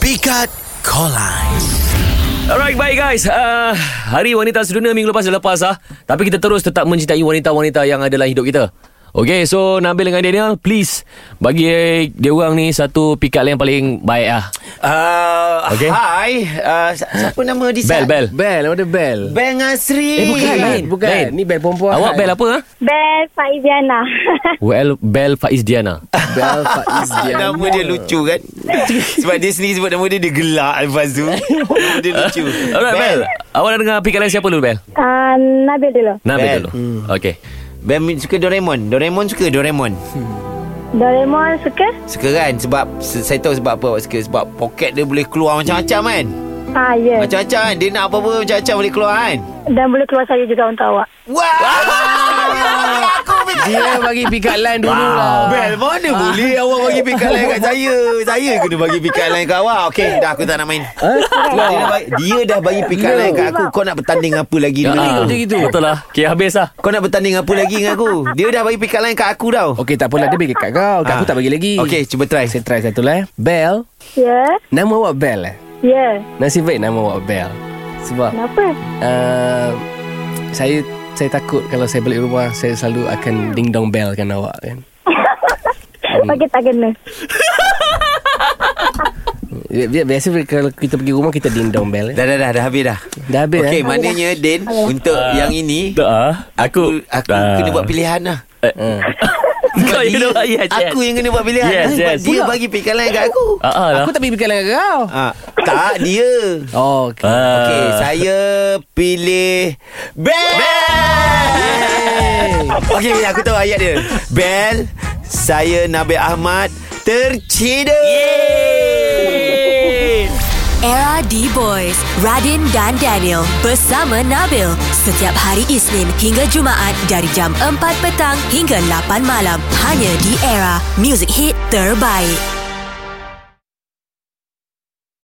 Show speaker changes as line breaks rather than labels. Pikat Kolai.
Alright, baik guys. Uh, hari wanita sedunia minggu lepas dah lepas ah. Tapi kita terus tetap mencintai wanita-wanita yang ada dalam hidup kita. Okay, so Nabil dengan Daniel, please bagi dia orang ni satu pick up yang paling baik ah.
Uh,
Okey.
okay. Hi uh, si- Siapa nama dia?
Bel, Bel.
Bel, ada Bel.
Bel Ngasri
Eh, bukan, lain.
bukan. lah.
Lain.
Ni Bel perempuan.
Awak Bel apa ah?
Bel Faiziana.
Well, Bel Faiz Diana.
Bel Faiz
dia
Diana.
Nama dia lucu kan Sebab dia sendiri sebut nama dia Dia gelak lepas tu Nama Dia lucu
Alright, Bel. Awak dah dengar pick up siapa dulu, Bel?
uh, Nabil dulu.
Nabil
Bel.
dulu. Okay.
Bel suka Doraemon Doraemon suka Doraemon
Doraemon suka?
Suka kan Sebab se- Saya tahu sebab apa awak suka Sebab poket dia boleh keluar macam-macam kan
Ah, ya. Yeah.
Macam-macam kan Dia nak apa-apa macam-macam boleh keluar kan
Dan boleh keluar saya juga untuk awak.
Wah
Dia bagi pick up line dulu wow. lah.
Bel mana
Ah.
boleh awak bagi pick up line kat saya Saya kena bagi pick up line kat awak Okey dah aku tak nak main
Eh?
dia, dah bagi, dia dah bagi pick up line kat aku Kau nak bertanding apa lagi dengan
Ah,
aku
gitu.
Betul lah. Okay, habis lah.
Kau nak bertanding apa lagi dengan aku Dia dah bagi pick up line kat aku tau
Okey, tak apalah. Dia bagi kat kau. Kat aku
Ah.
tak bagi lagi.
Okey cuba try
Saya try satu lah. eh. Bel.
Ya.
Nama awak Bel eh?
Ya.
Nasib baik nama awak Bel. Sebab
Kenapa?
uh, saya saya takut kalau saya balik rumah saya selalu akan ding dong bell kan awak kan.
Okey, tak kena.
Bi- bi- Biasa kalau kita pergi rumah kita ding dong bell. Eh?
Dah dah dah dah habis dah
Dah habis
Okey
eh?
maknanya Din Untuk
Ah.
yang ini
Dah.
Aku aku kena buat pilihan lah
Ah.
Hmm.
Eh. Kau yang kena buat. Yes, yes.
Aku yang kena buat pilihan
Yes,
Sebab
yes.
Dia bagi pick up line kat aku
Ah, ah lah.
Aku tak pergi pick up line kat kau.
Ah, Tak dia
Oh, okay.
Ah.
Okey, saya pilih Bel. Okey, Mia, aku tahu ayat dia. Bel, saya Nabil Ahmad tercida.
Era D-Boys, Radin dan Daniel bersama Nabil setiap hari Isnin hingga Jumaat dari jam 4 petang hingga 8 malam hanya di Era Music Hit Terbaik.